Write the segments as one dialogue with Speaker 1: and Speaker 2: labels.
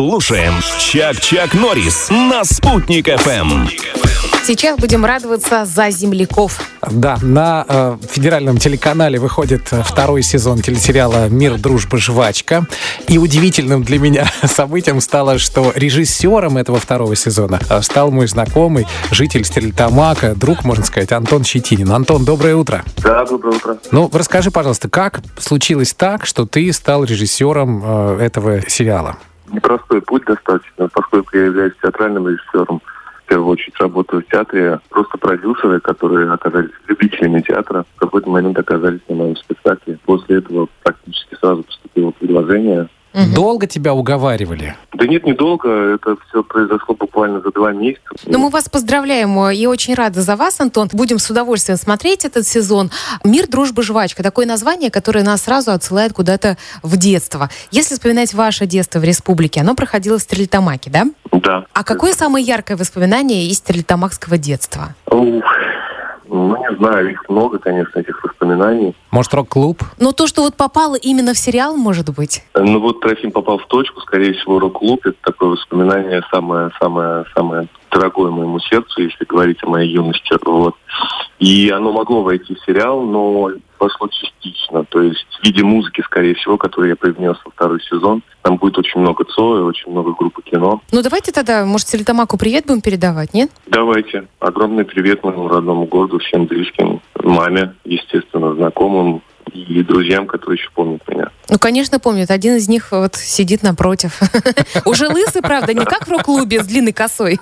Speaker 1: Слушаем Чак-Чак Норрис на Спутник Эм». ФМ.
Speaker 2: Сейчас будем радоваться за земляков.
Speaker 3: Да, на э, федеральном телеканале выходит э, второй сезон телесериала «Мир, дружба, жвачка». И удивительным для меня событием стало, что режиссером этого второго сезона э, стал мой знакомый, житель Стрельтамака, друг, можно сказать, Антон Щетинин. Антон, доброе утро.
Speaker 4: Да, доброе утро.
Speaker 3: Ну, расскажи, пожалуйста, как случилось так, что ты стал режиссером э, этого сериала?
Speaker 4: Непростой путь достаточно, поскольку я являюсь театральным режиссером. В первую очередь работаю в театре. Просто продюсеры, которые оказались любителями театра, в какой-то момент оказались на моем спектакле. После этого практически сразу поступило предложение.
Speaker 3: Долго тебя уговаривали?
Speaker 4: Да нет, недолго. Это все произошло буквально за два месяца.
Speaker 2: Но мы вас поздравляем э, и очень рады за вас, Антон. Будем с удовольствием смотреть этот сезон. «Мир, дружба, жвачка» — такое название, которое нас сразу отсылает куда-то в детство. Если вспоминать ваше детство в республике, оно проходило в Стрельтамаке, да?
Speaker 4: Да.
Speaker 2: А какое самое яркое воспоминание из стрельтамакского детства?
Speaker 4: Ух. Ну, не знаю, их много, конечно, этих воспоминаний.
Speaker 3: Может, рок-клуб?
Speaker 2: Но то, что вот попало именно в сериал, может быть?
Speaker 4: Ну вот Трофим попал в точку, скорее всего, рок-клуб. Это такое воспоминание самое-самое-самое дорогое моему сердцу, если говорить о моей юности. Вот. И оно могло войти в сериал, но пошло частично. То есть в виде музыки, скорее всего, которую я привнес во второй сезон. Там будет очень много Цоя, очень много группы кино.
Speaker 2: Ну, давайте тогда, может, Сельтамаку привет будем передавать, нет?
Speaker 4: Давайте. Огромный привет моему родному городу, всем близким, маме, естественно, знакомым и друзьям, которые еще помнят меня.
Speaker 2: Ну, конечно, помнят. Один из них вот сидит напротив. Уже лысый, правда, не как в рок-клубе с длинной косой.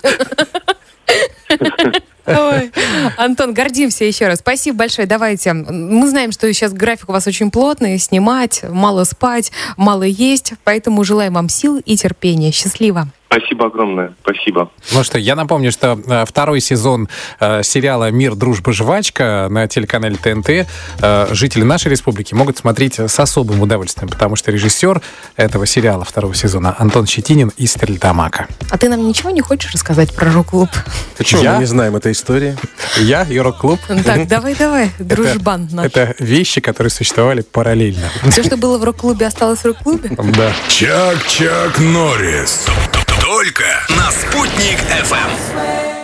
Speaker 2: Ой, Антон, гордимся еще раз. Спасибо большое. Давайте. Мы знаем, что сейчас график у вас очень плотный. Снимать, мало спать, мало есть. Поэтому желаем вам сил и терпения. Счастливо.
Speaker 4: Спасибо огромное. Спасибо.
Speaker 3: Ну что, я напомню, что э, второй сезон э, сериала «Мир, дружба, жвачка» на телеканале ТНТ э, жители нашей республики могут смотреть с особым удовольствием, потому что режиссер этого сериала второго сезона Антон Щетинин из Стрельтамака.
Speaker 2: А ты нам ничего не хочешь рассказать про рок-клуб?
Speaker 5: Почему
Speaker 3: Я?
Speaker 5: мы не знаем этой истории?
Speaker 3: Я и рок-клуб
Speaker 2: Так, давай-давай, дружбан
Speaker 3: это,
Speaker 2: наш.
Speaker 3: это вещи, которые существовали параллельно.
Speaker 2: Все, что было в рок-клубе, осталось в рок-клубе?
Speaker 3: Да.
Speaker 1: Чак-Чак Норрис. Только на Спутник ФМ.